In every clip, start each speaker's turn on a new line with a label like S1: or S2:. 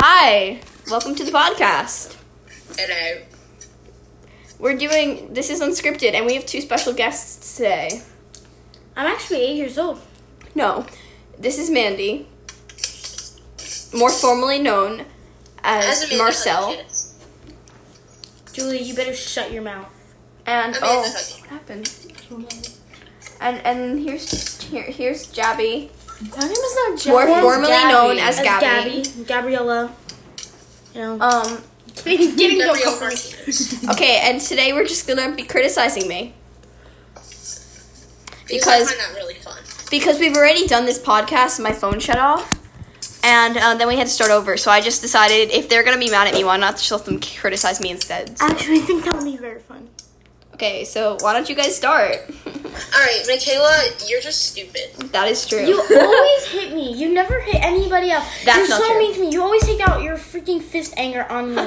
S1: Hi, welcome to the podcast.
S2: Hello.
S1: We're doing this is unscripted, and we have two special guests today.
S3: I'm actually eight years old.
S1: No, this is Mandy, more formally known as,
S2: Amanda
S1: Marcel,
S2: Hudgens.
S3: Julie, you better shut your mouth.
S1: and
S2: Amanda
S1: oh,
S2: Hudgens.
S1: what happened? And and here's here, here's Jabby,
S3: My name is not
S1: more formally known as Gabby.
S3: Gabby. Gabriella. You know.
S1: Um.
S3: getting
S2: Gabrielle
S3: no comfort.
S2: Martinez.
S1: Okay, and today we're just gonna be criticizing me
S2: Because I
S1: Because-
S2: find that really fun.
S1: because we've already done this podcast. My phone shut off, and uh, then we had to start over. So I just decided if they're gonna be mad at me, why not just let them criticize me instead?
S3: I actually think that would be very fun.
S1: Okay, so why don't you guys start?
S2: All right, Michaela, you're just stupid.
S1: that is true.
S3: You always hit me. You never hit anybody else.
S1: That's
S3: You're
S1: not
S3: so
S1: true.
S3: mean to me. You always take out your freaking fist anger on me.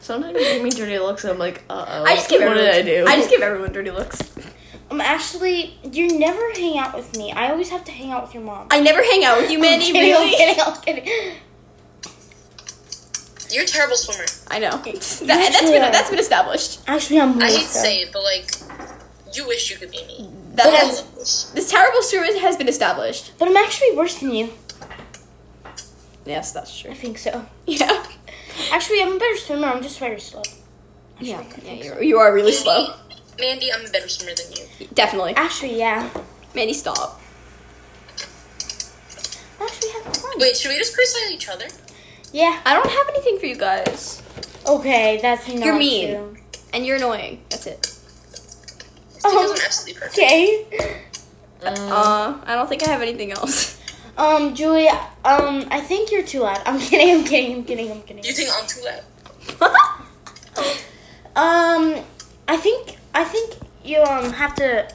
S4: Sometimes you give me dirty looks, and I'm like, uh oh.
S1: I just give
S4: What
S1: everyone.
S4: did I do?
S1: just give everyone dirty looks.
S3: um, actually, you never hang out with me. I always have to hang out with your mom.
S1: I never hang out with you, Mandy.
S3: I'm kidding, I'm
S1: really?
S3: kidding, I'm kidding.
S2: You're a terrible swimmer.
S1: I know. That, that's been that's been established.
S3: Actually, I'm
S2: I
S3: more
S2: hate to
S3: so.
S2: say it, but like, you wish you could be me.
S1: That,
S2: All
S1: that's,
S2: levels.
S1: this terrible story has been established.
S3: But I'm actually worse than you.
S1: Yes, that's
S3: I
S1: true.
S3: think so.
S1: Yeah.
S3: Actually, I'm a better swimmer. I'm just very slow.
S1: Yeah. yeah you're, you are really slow.
S2: Mandy, I'm a better swimmer than you.
S1: Definitely.
S3: Actually, yeah.
S1: Mandy, stop.
S3: Actually, have fun.
S2: Wait, should we just criticize each other?
S3: Yeah.
S1: I don't have anything for you guys.
S3: Okay, that's not
S1: You're mean.
S3: true.
S1: And you're annoying. That's it.
S2: Because
S3: Oh,
S2: I'm absolutely perfect.
S3: okay.
S1: Uh, I don't think I have anything else.
S3: Um, Julia. Um, I think you're too loud. I'm kidding. I'm kidding. I'm kidding. I'm kidding.
S2: You think I'm too loud?
S3: Um, I think I think you um have to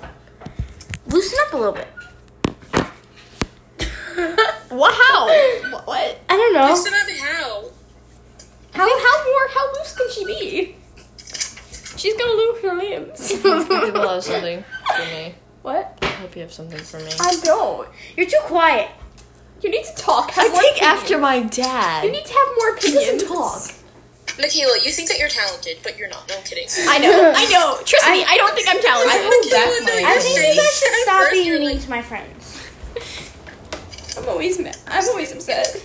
S3: loosen up a little bit.
S1: what? How? What? what?
S3: I don't
S4: Oh.
S3: know.
S2: Listen up, how?
S1: How? How more? How loose can she be? She's gonna lose her
S4: You will
S1: limbs.
S4: have something for me.
S1: what?
S4: I hope you have something for me.
S1: I don't.
S3: You're too quiet.
S1: You need to talk. Have more
S4: Take
S1: opinion.
S4: after my dad.
S1: You need to have more opinions.
S2: Michaela, you think that you're talented, but you're not. No, I'm kidding.
S1: I know. I know. Trust me. I don't think I'm talented.
S4: hold back
S2: Michaela, no,
S4: my-
S2: you're
S3: I think you
S2: fake.
S3: guys should
S2: At
S3: stop
S2: first
S3: being
S2: you're
S3: mean
S2: like,
S3: to my friends.
S1: I'm always mad. I'm always upset.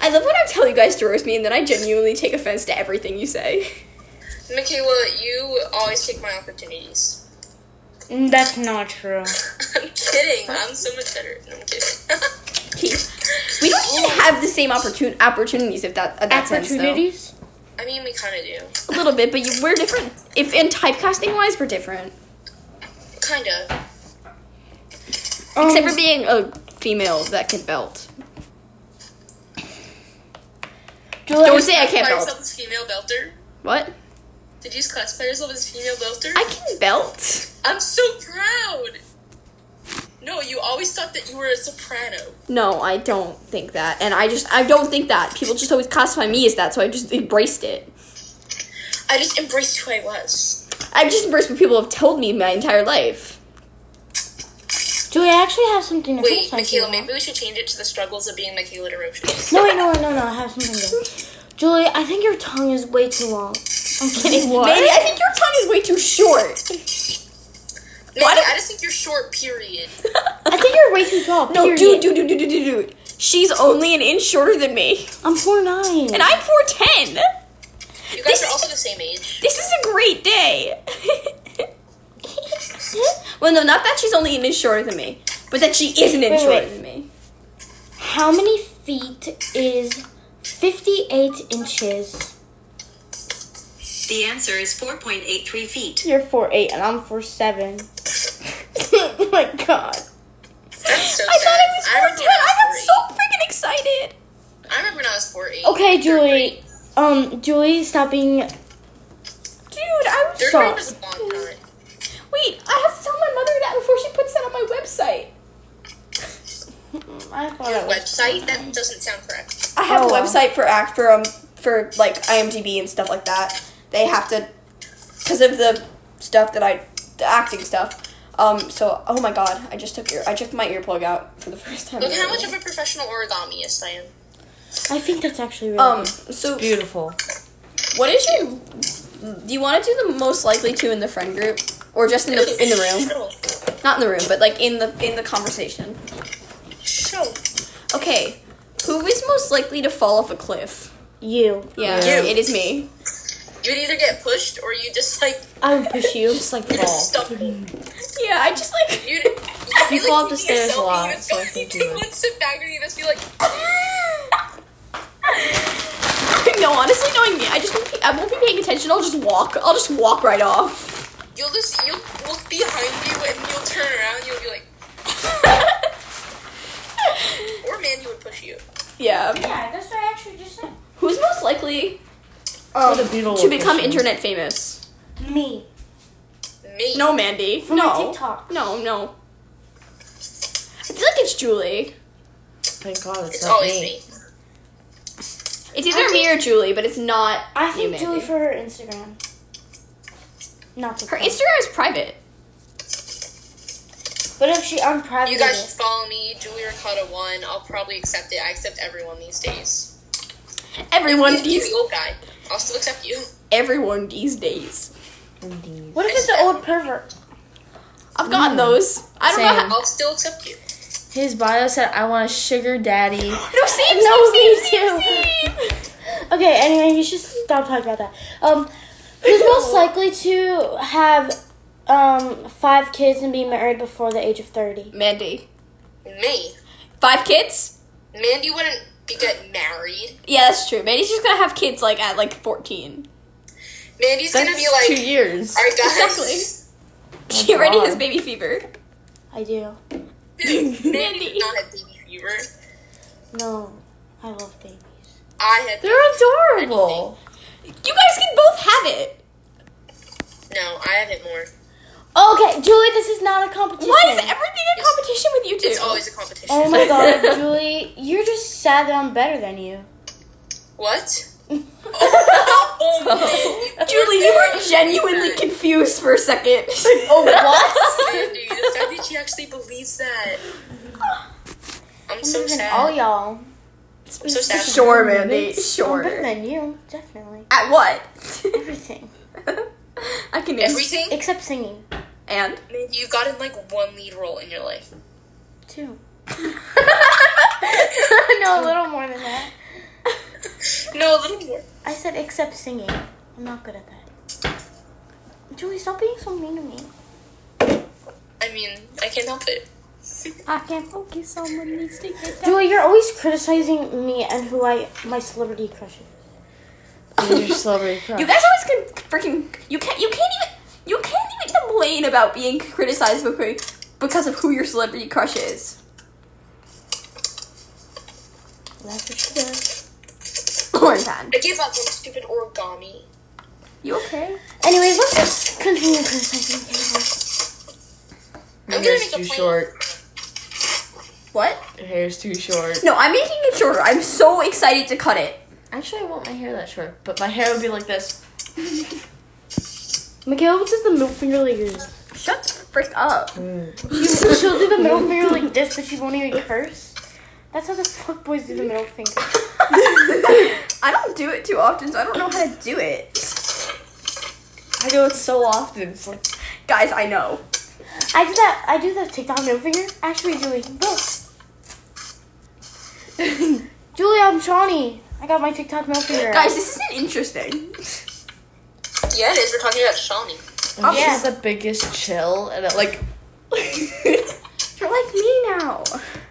S1: I love when I tell you guys to roast me and then I genuinely take offense to everything you say.
S2: Michaela, you always take my opportunities.
S3: Mm, That's not true.
S2: I'm kidding. I'm so much better. No, I'm kidding.
S1: We don't even have the same opportun- opportunities if that, in that sense, though.
S3: Opportunities.
S2: I mean, we kind of do.
S1: A little bit, but you, we're different. If in typecasting wise, we're different,
S2: Kind of.
S3: Um,
S1: except for being a female that can belt.
S3: Julia,
S1: Don't say I can't
S2: Classify
S1: belt.
S2: yourself as female belter?
S1: What?
S2: Did you just classify yourself as female belter?
S1: I can belt.
S2: I'm so proud. No, you always thought that you were a soprano.
S1: No, I don't think that, and I just I don't think that. People just always classify me as that, so I just embraced it.
S2: I just embraced who I was.
S1: I've just embraced what people have told me my entire life.
S3: Julia, I actually have something to
S2: Wait,
S3: criticize you
S2: Michaela,
S3: on.
S2: maybe we should change it to the struggles of being Michaela DeRoche.
S3: No, wait, no, wait, no, no, I have something to say. Julia, I think your tongue is way too long. I'm kidding.
S1: Mandy, I think your tongue is way too short.
S2: Maybe
S1: Why do-
S2: I just think you're short, period.
S3: I think you're way too tall.
S1: no,
S3: period.
S1: dude, dude, dude, dude, dude, dude, dude. She's only an inch shorter than me,
S3: I'm 4'9.
S1: and I'm four ten.
S2: You
S1: This
S2: guys are
S1: is-
S2: also the same age.
S1: This is a great day. well, no, not that she's only an inch shorter than me, but that she is an inch
S3: Wait,
S1: shorter
S3: wait.
S1: than me.
S3: How many feet is 58 inches?
S5: The answer is 4.83 feet.
S3: You're 4'8 and I'm 4'7. oh my god.
S2: That's so
S1: I
S2: sad.
S1: thought I was
S2: I remember
S1: 410.
S2: when I
S1: I got
S2: was
S1: so freaking excited.
S2: four eight. I remember when I was four eight.
S3: Okay, Julie. Um, Julie, stop being.
S1: Dude, I was.
S2: Third
S3: Stop.
S2: grade was a long time.
S1: Wait, I have to tell my mother that before she puts that on my website.
S3: I thought
S2: Your
S3: it was.
S2: website? That doesn't sound correct.
S1: I have
S3: Oh,
S1: a
S3: wow.
S1: website for act for um for like IMDb and stuff like that. They have to because of the stuff that I the acting stuff. Um, so oh my god, I just took your I took my earplug out for the first time.
S2: Look how
S1: ever.
S2: much of a professional origamiist I am.
S3: I think that's actually really
S1: Um, so
S4: Beautiful.
S1: what did you do you want to do the most likely to in the friend group or just in the in the room?
S2: Show.
S1: Not in the room, but like in the in the conversation.
S2: Show.
S1: Okay, who is most likely to fall off a cliff?
S3: you.
S1: Yeah,
S2: You.
S1: it is me.
S2: You would either get pushed or you just like
S3: I would push you.
S4: Just like
S2: you
S4: fall.
S2: just stumble.
S1: Yeah, I just like
S2: You
S4: You fall up the stairs a lot, so I think you
S2: you
S4: would.
S2: would sit back and you just be like,
S1: no, honestly, knowing me, I just won't be, I won't be paying attention. I'll just walk. I'll just walk right off.
S2: you'll just you'll look behind you and you'll turn around and you'll be like, or man, you would push you.
S1: yeah.
S3: Yeah, that's what I actually just said.
S1: Who's most likely
S4: What a beautiful
S1: to become
S4: Oh, location.
S1: internet famous?
S3: Me.
S2: Me.
S1: No, Mandy.
S3: From my
S1: no.
S3: TikTok.
S1: No, no. I feel like it's Julie.
S4: Thank God it's,
S2: it's
S4: not
S2: always
S4: me.
S2: me.
S1: It's either me or Julie, but it's not.
S3: I
S1: you,
S3: think
S1: Mandy.
S3: Julie for her Instagram. Not to
S1: Her Instagram is private.
S3: But if she unprivate
S2: You guys should follow me, Julie Ricotta one. I'll probably accept it. I accept everyone these days.
S1: Everyone
S2: Even you,
S1: these
S2: the old guy. I'll still accept you.
S1: everyone these days.
S4: Indeed.
S3: What if it's an old pervert?
S1: I've gotten those. I don't know.
S4: Mm. Same.
S1: How,
S2: I'll still accept you.
S4: His bio said, "I want a sugar daddy."
S1: no, same, same,
S3: No, me
S1: same, same,
S3: Okay, anyway, you should stop talking about that. Um, who's most likely to have um five kids and be married before the age of thirty?
S1: Mandy,
S2: Me.
S1: five kids.
S2: Mandy wouldn't be get married.
S1: Yeah, that's true. Mandy's just gonna have kids like at like fourteen.
S2: Mandy's gonna
S4: That's
S2: be like,
S4: two years.
S2: alright guys.
S1: Exactly. She already
S4: Oh God.
S1: has baby fever.
S3: I do.
S2: Dude, Mandy
S1: Mandy.
S2: did not have baby fever.
S3: No, I love babies.
S2: I had
S4: They're adorable.
S1: You guys can both have it.
S2: no. I have it more.
S3: Okay, Julie, this is not a competition.
S1: Why is everything a competition with you two?
S2: It's always a competition.
S3: Oh my god, Julie, you're just sad that I'm better than you.
S2: What? oh, man.
S1: Julie, you were genuinely confused for a second.
S3: Oh what?
S2: Mandy, the fact that she actually believes that. I'm so sad.
S3: All y'all.
S2: I'm so sad.
S1: sure, Mandy.
S3: I'm better
S1: Sure.
S3: than you, definitely.
S1: At what?
S3: Everything.
S1: I can name
S2: Everything.
S3: Except singing,
S1: and
S2: Mandy, you've gotten like one lead role in your life.
S3: too. no, a little more than that.
S2: No, a little more.
S3: I said except singing. I'm not good at that. Julie, stop being so mean to me.
S2: I mean, I can't help it.
S1: I can't focus. Someone needs to get that.
S3: Julie, you're always criticizing me and who I my celebrity crushes.
S4: These are celebrity
S1: You
S4: crush.
S1: guys always can freaking. You can't. You can't even. You can't even complain about being criticized because because of who your celebrity crush is.
S3: That's what she does.
S1: Cornpan.
S2: I gave up on stupid origami.
S1: You okay?
S3: Anyways, let's just continue criticizing Kayla.
S2: I'm
S4: Your
S2: gonna
S4: hair's
S2: make a
S4: too
S2: plan.
S4: short.
S1: What?
S4: Your hair's too short.
S1: No, I'm making it shorter. I'm so excited to cut it.
S4: Actually, I want my hair that short, but my hair would be like this.
S3: Michaela does the middle finger like this.
S1: Shut the frick up.
S3: She, she'll do the middle finger like this, but she won't even curse. That's how the fuck boys do the middle finger.
S1: I don't do it too often, so I don't know how to do it.
S4: I do it so often. It's like
S1: Guys, I know.
S3: I do that. I do the TikTok middle finger. Actually, Julie, look. Julie, I'm Shawnee. I got my TikTok middle finger. out.
S1: Guys, this isn't interesting.
S2: Yeah, it is. We're talking about Shawnee.
S4: I'm
S3: Yeah.
S4: just the biggest chill, and it, like
S1: You're like me now.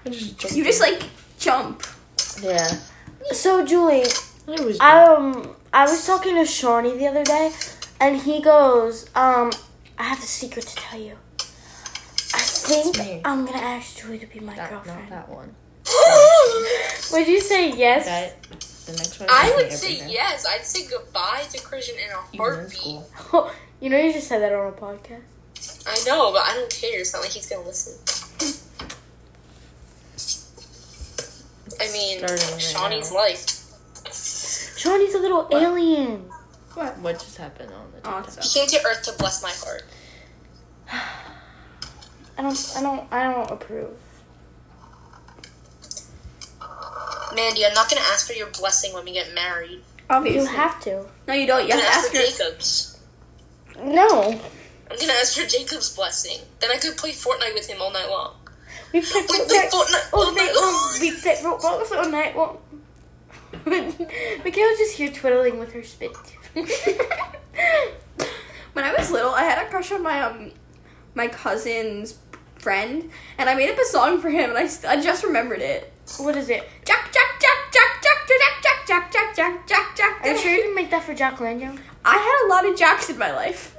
S4: I just jumped.
S1: You just like jump.
S4: yeah.
S3: So Julie,
S4: It was
S3: I um I was talking to Shawnee the other day, and he goes, um, I have a secret to tell you. I think
S4: me.
S3: I'm gonna ask Julie to be my
S4: that, not
S3: girlfriend.
S4: that one.
S3: Would you say yes?
S4: That the next one.
S2: I
S4: is
S2: would
S4: me
S2: say
S4: every day.
S2: yes. I'd say goodbye to Christian in a
S4: Even in
S2: heartbeat.
S4: school.
S3: you know you just said that on a podcast.
S2: I know, but I don't care. It's not like he's gonna listen. I mean,
S4: Starting right
S2: Shawnee's
S4: now.
S2: life.
S3: Shawnee's a little alien.
S4: What just happened on the?
S2: He came to Earth to bless my heart.
S3: I don't I don't I don't approve.
S2: Mandy, I'm not gonna ask for your blessing when we get married.
S1: Obviously.
S3: You have to.
S1: no, you don't. You have
S2: I'm gonna
S1: to
S2: ask
S1: ask
S2: for
S1: your.
S2: Jacob's.
S3: No.
S2: I'm gonna ask for Jacob's blessing. Then I could play Fortnite with him all night long.
S3: We played
S2: We Oh play
S3: Fortnite
S2: Fortnite all
S3: all
S2: night
S3: night long.
S2: long.
S3: oh, We played Roblox all night long. Michaela's just here twiddling with her spit.
S1: When I was little, I had a crush on my um, my cousin's friend, and I made up a song for him, and I, st- I just remembered it.
S3: what is it?
S1: Jack, Jack, Jack, Jack, Jack, Jack, Jack, Jack, Jack, Jack, Jack, Jack.
S3: Are you sure you didn't make that for Jack Lando?
S1: I had a lot of Jacks in my life.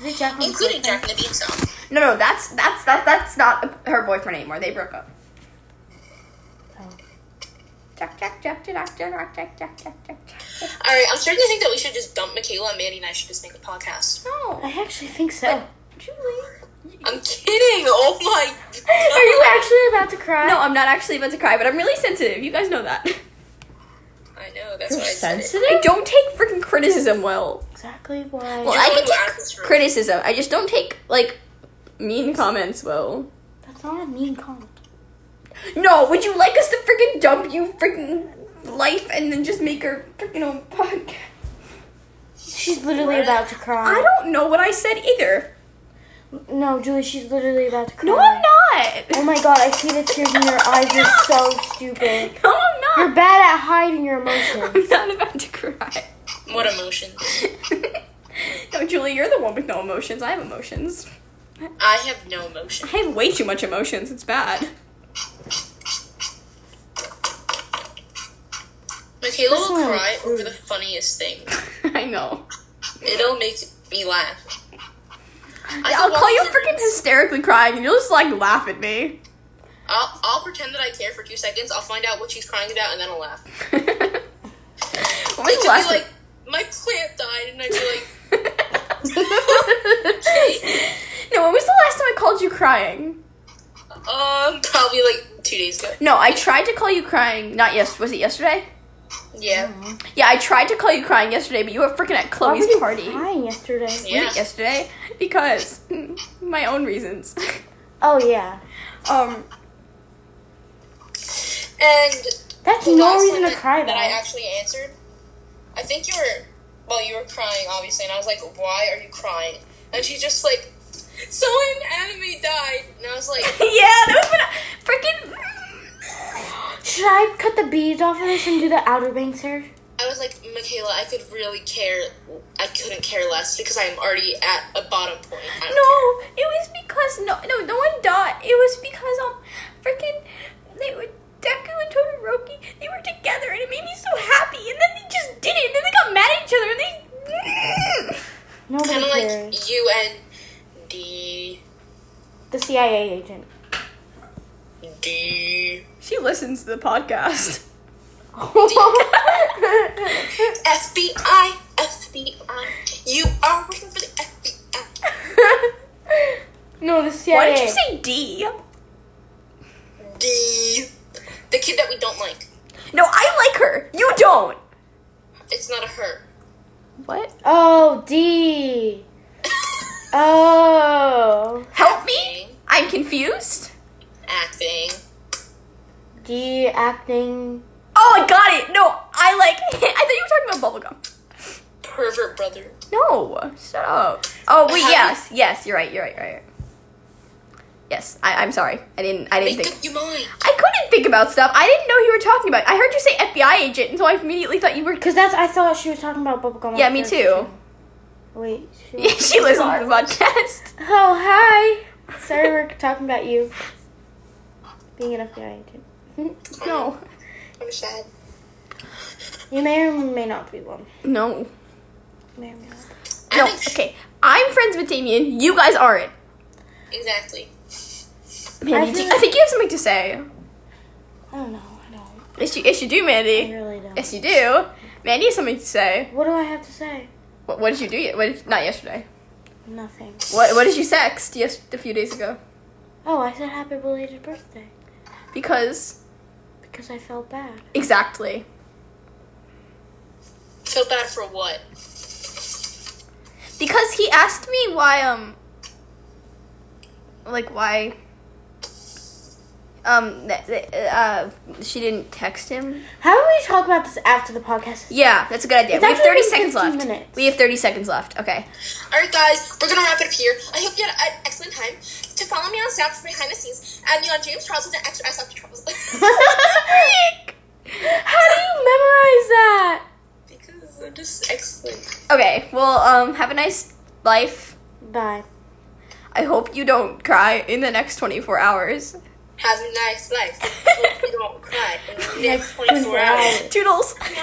S3: Is it Jack
S2: Including Jack and the Beanstalk.
S1: No, no, that's that's that that's not her boyfriend anymore. They broke up.
S3: Oh.
S1: Jack, Jack, Jack, Jack, Jack, Jack, Jack, Jack, Jack, Jack, Jack.
S2: Alright, I'm starting to think that we should just dump Michaela and Mandy and I should just make a podcast.
S1: No,
S3: I actually think so.
S1: Julie.
S2: I'm kidding! Oh my
S3: Are you actually about to cry?
S1: No, I'm not actually about to cry, but I'm really sensitive. You guys know that.
S2: I know, that's why I said it.
S4: sensitive?
S1: I don't take freaking criticism well.
S3: Exactly why.
S1: Well,
S2: You're
S1: I
S2: the
S1: can
S2: one who asked us
S1: take
S2: for it.
S1: criticism. I just don't take like mean comments well.
S3: That's not a mean comment.
S1: No, would you like us to freaking dump you freaking life and then just make her freaking own podcast?
S3: She's literally about to cry.
S1: I don't know what I said either.
S3: No, Julie, she's literally about to cry.
S1: No, I'm not.
S3: Oh my god, I see the tears in your eyes. You're so stupid.
S1: No, I'm not.
S3: You're bad at hiding your emotions.
S1: I'm not about to cry.
S2: What emotion?
S1: no, Julie, you're the one with no emotions. I have emotions.
S2: I have no emotion.
S1: I have way too much emotions. It's bad.
S2: Michaela
S3: That's
S2: will
S3: not
S2: cry
S3: true.
S2: over the funniest thing.
S1: I know.
S2: It'll make me laugh. I
S1: I'll
S2: could walk
S1: call you
S2: in-
S1: freaking hysterically crying and you'll just like laugh at me.
S2: I'll, I'll pretend that I care for two seconds. I'll find out what she's crying about, and then I'll laugh.
S1: when was
S2: It
S1: the
S2: could
S1: last
S2: be like, my plant died, and I'd be like,
S1: no, when was the last time I called you crying?
S2: um, probably like two days ago.
S1: No, I tried to call you crying. Not yes. Was it yesterday?
S2: Yeah.
S1: Yeah, I tried to call you crying yesterday, but you were freaking at
S3: Why were
S1: Chloe's
S3: you
S1: party.
S3: crying yesterday?
S2: Yeah.
S1: yesterday because mm, my own reasons.
S3: Oh yeah,
S1: um,
S2: And
S3: that's
S2: the
S3: no
S2: last
S3: reason
S2: one
S3: to cry
S2: that, that I
S3: about.
S2: actually answered, I think you were, well, you were crying, obviously, and I was like, why are you crying? And she's just like, someone anime died. And I was like,
S1: yeah, that was when I,
S3: Should I cut the beads off of this and do the Outer Banks hair?
S2: I was like, Michaela, I could really care, I couldn't care less because I'm already at a bottom point. I don't
S1: No, it was because no, no, no one died. It was because um, freaking they were Deku and Todoroki. They were together, and it made me so happy. And then they just did it. And then they got mad at each other, and they.
S3: Nobody
S2: Kind of
S3: cares.
S2: like you and D
S3: the CIA agent.
S2: D
S1: She listens to the podcast.
S2: FBI FBI. You are working for the FBI.
S3: no,
S1: Why
S3: the CIA.
S1: did you say D?
S2: D the kid that we don't like.
S1: No, I like her. You don't.
S2: It's not a her.
S1: What?
S3: Oh, D. Oh,
S1: Help me. I'm confused.
S2: Acting.
S3: D acting.
S1: Oh, I got it. No, I like. I thought you were talking about bubblegum.
S2: Pervert brother.
S1: No, shut up. Oh wait, yes, yes, you're right, you're right, you're right. Yes, I, I'm sorry. I didn't. I didn't
S2: Make
S1: think.
S2: up your mind.
S1: I couldn't think about stuff. I didn't know you were talking about. I heard you say FBI agent, and so I immediately thought you were.
S3: Cause that's I thought she was talking about bubblegum.
S1: Yeah,
S3: at
S1: me
S3: first.
S1: too.
S3: Wait. She
S1: she listens to the podcast.
S3: Oh, hi. Sorry, we're talking about you being an FBI agent.
S1: No,
S2: I'm sad.
S3: You may or may not be one.
S1: no,
S3: May or may not.
S1: no. Okay, I'm friends with Damien. You guys aren't.
S2: Exactly.
S1: Mandy,
S3: I
S1: I,
S3: feel
S1: do,
S3: like-
S1: I think you have something to say.
S3: I don't know. I don't.
S1: Yes, you, yes, you do,
S3: I
S1: Mandy.
S3: really don't.
S1: Yes, you do. Mandy has something to say.
S3: What do I have to say?
S1: What, what did you do? ye- What did, not yesterday.
S3: Nothing.
S1: What what did you sext? Yes, a few days ago.
S3: Oh, I said happy belated birthday
S1: Because
S3: because I felt bad.
S1: exactly.
S2: Feel bad for what?
S1: Because he asked me why, um, like why um, that, that, uh, she didn't text him.
S3: How about we talk about this after the podcast?
S1: Yeah, that's a good idea.
S3: It's
S1: we have
S3: actually
S1: 30
S3: been
S1: seconds
S3: 15
S1: left.
S3: minutes.
S1: We have 30 seconds left. Okay.
S2: All right, guys, we're gonna wrap it up here. I hope you had an excellent time. To follow me on Snap for behind the scenes, add me on James Charles with an extra S after Charles.
S1: Frick! How do you memorize that?
S2: because I'm just excellent.
S1: Okay, well, um, have a nice life.
S3: Bye.
S1: I hope you don't cry in the next 24 hours.
S2: Have a nice life. Hope you don't cry in the next 24 hours.
S1: Toodles.